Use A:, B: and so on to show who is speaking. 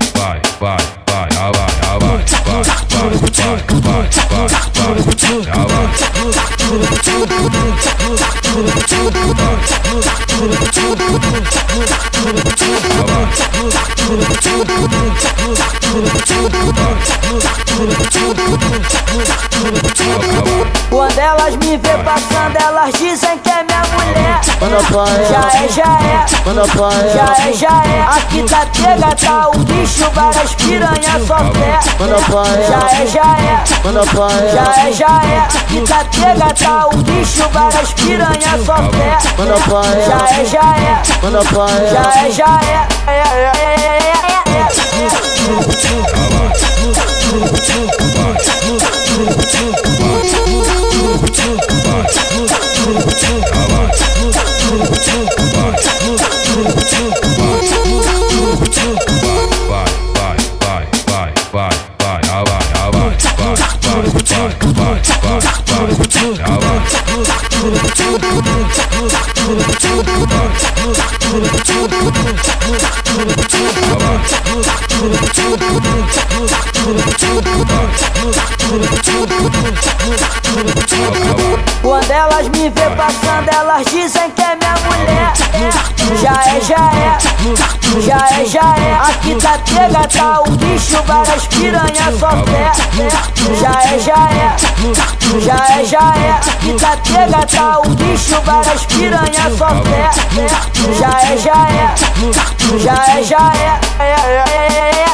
A: vai, vai, ah, vai, ah, vai, vai, vai, vai, vai, vai, vai, ah, vai.
B: Quando elas me vê passando, elas dizem que é minha mulher.
C: Manda pra ela,
B: Já é, já é.
C: manda pra
B: Já
C: ela,
B: é, já é. Aqui tá pega, tá o bicho, várias piranha só pé.
C: manda pra
B: Já
C: ela,
B: é, já é.
C: manda pra ela,
B: Já é, já é. Aqui tá pega, tá o bicho, várias piranha só pé.
C: manda pra ela,
B: Já é, já é.
C: manda pra ela,
B: Já é, já é. É, é, é, é, é, é.
A: vai, vai, vai, vai, vai, vai, ah, vai, ah, vai, vai, vai, vai, vai, vai, vai, ah, vai.
B: Quando elas me vê passando, elas dizem que é minha mulher. É, Já é, já é. Já é, já é. Aqui tá pega, tá o bicho, várias piranha só pé.
A: ah,
B: É, Já é, já é. Já é, já é. Aqui tá pega, tá o bicho, várias piranha só pé. É, Já é, já é. Já é, já é. É, é, é, é, é.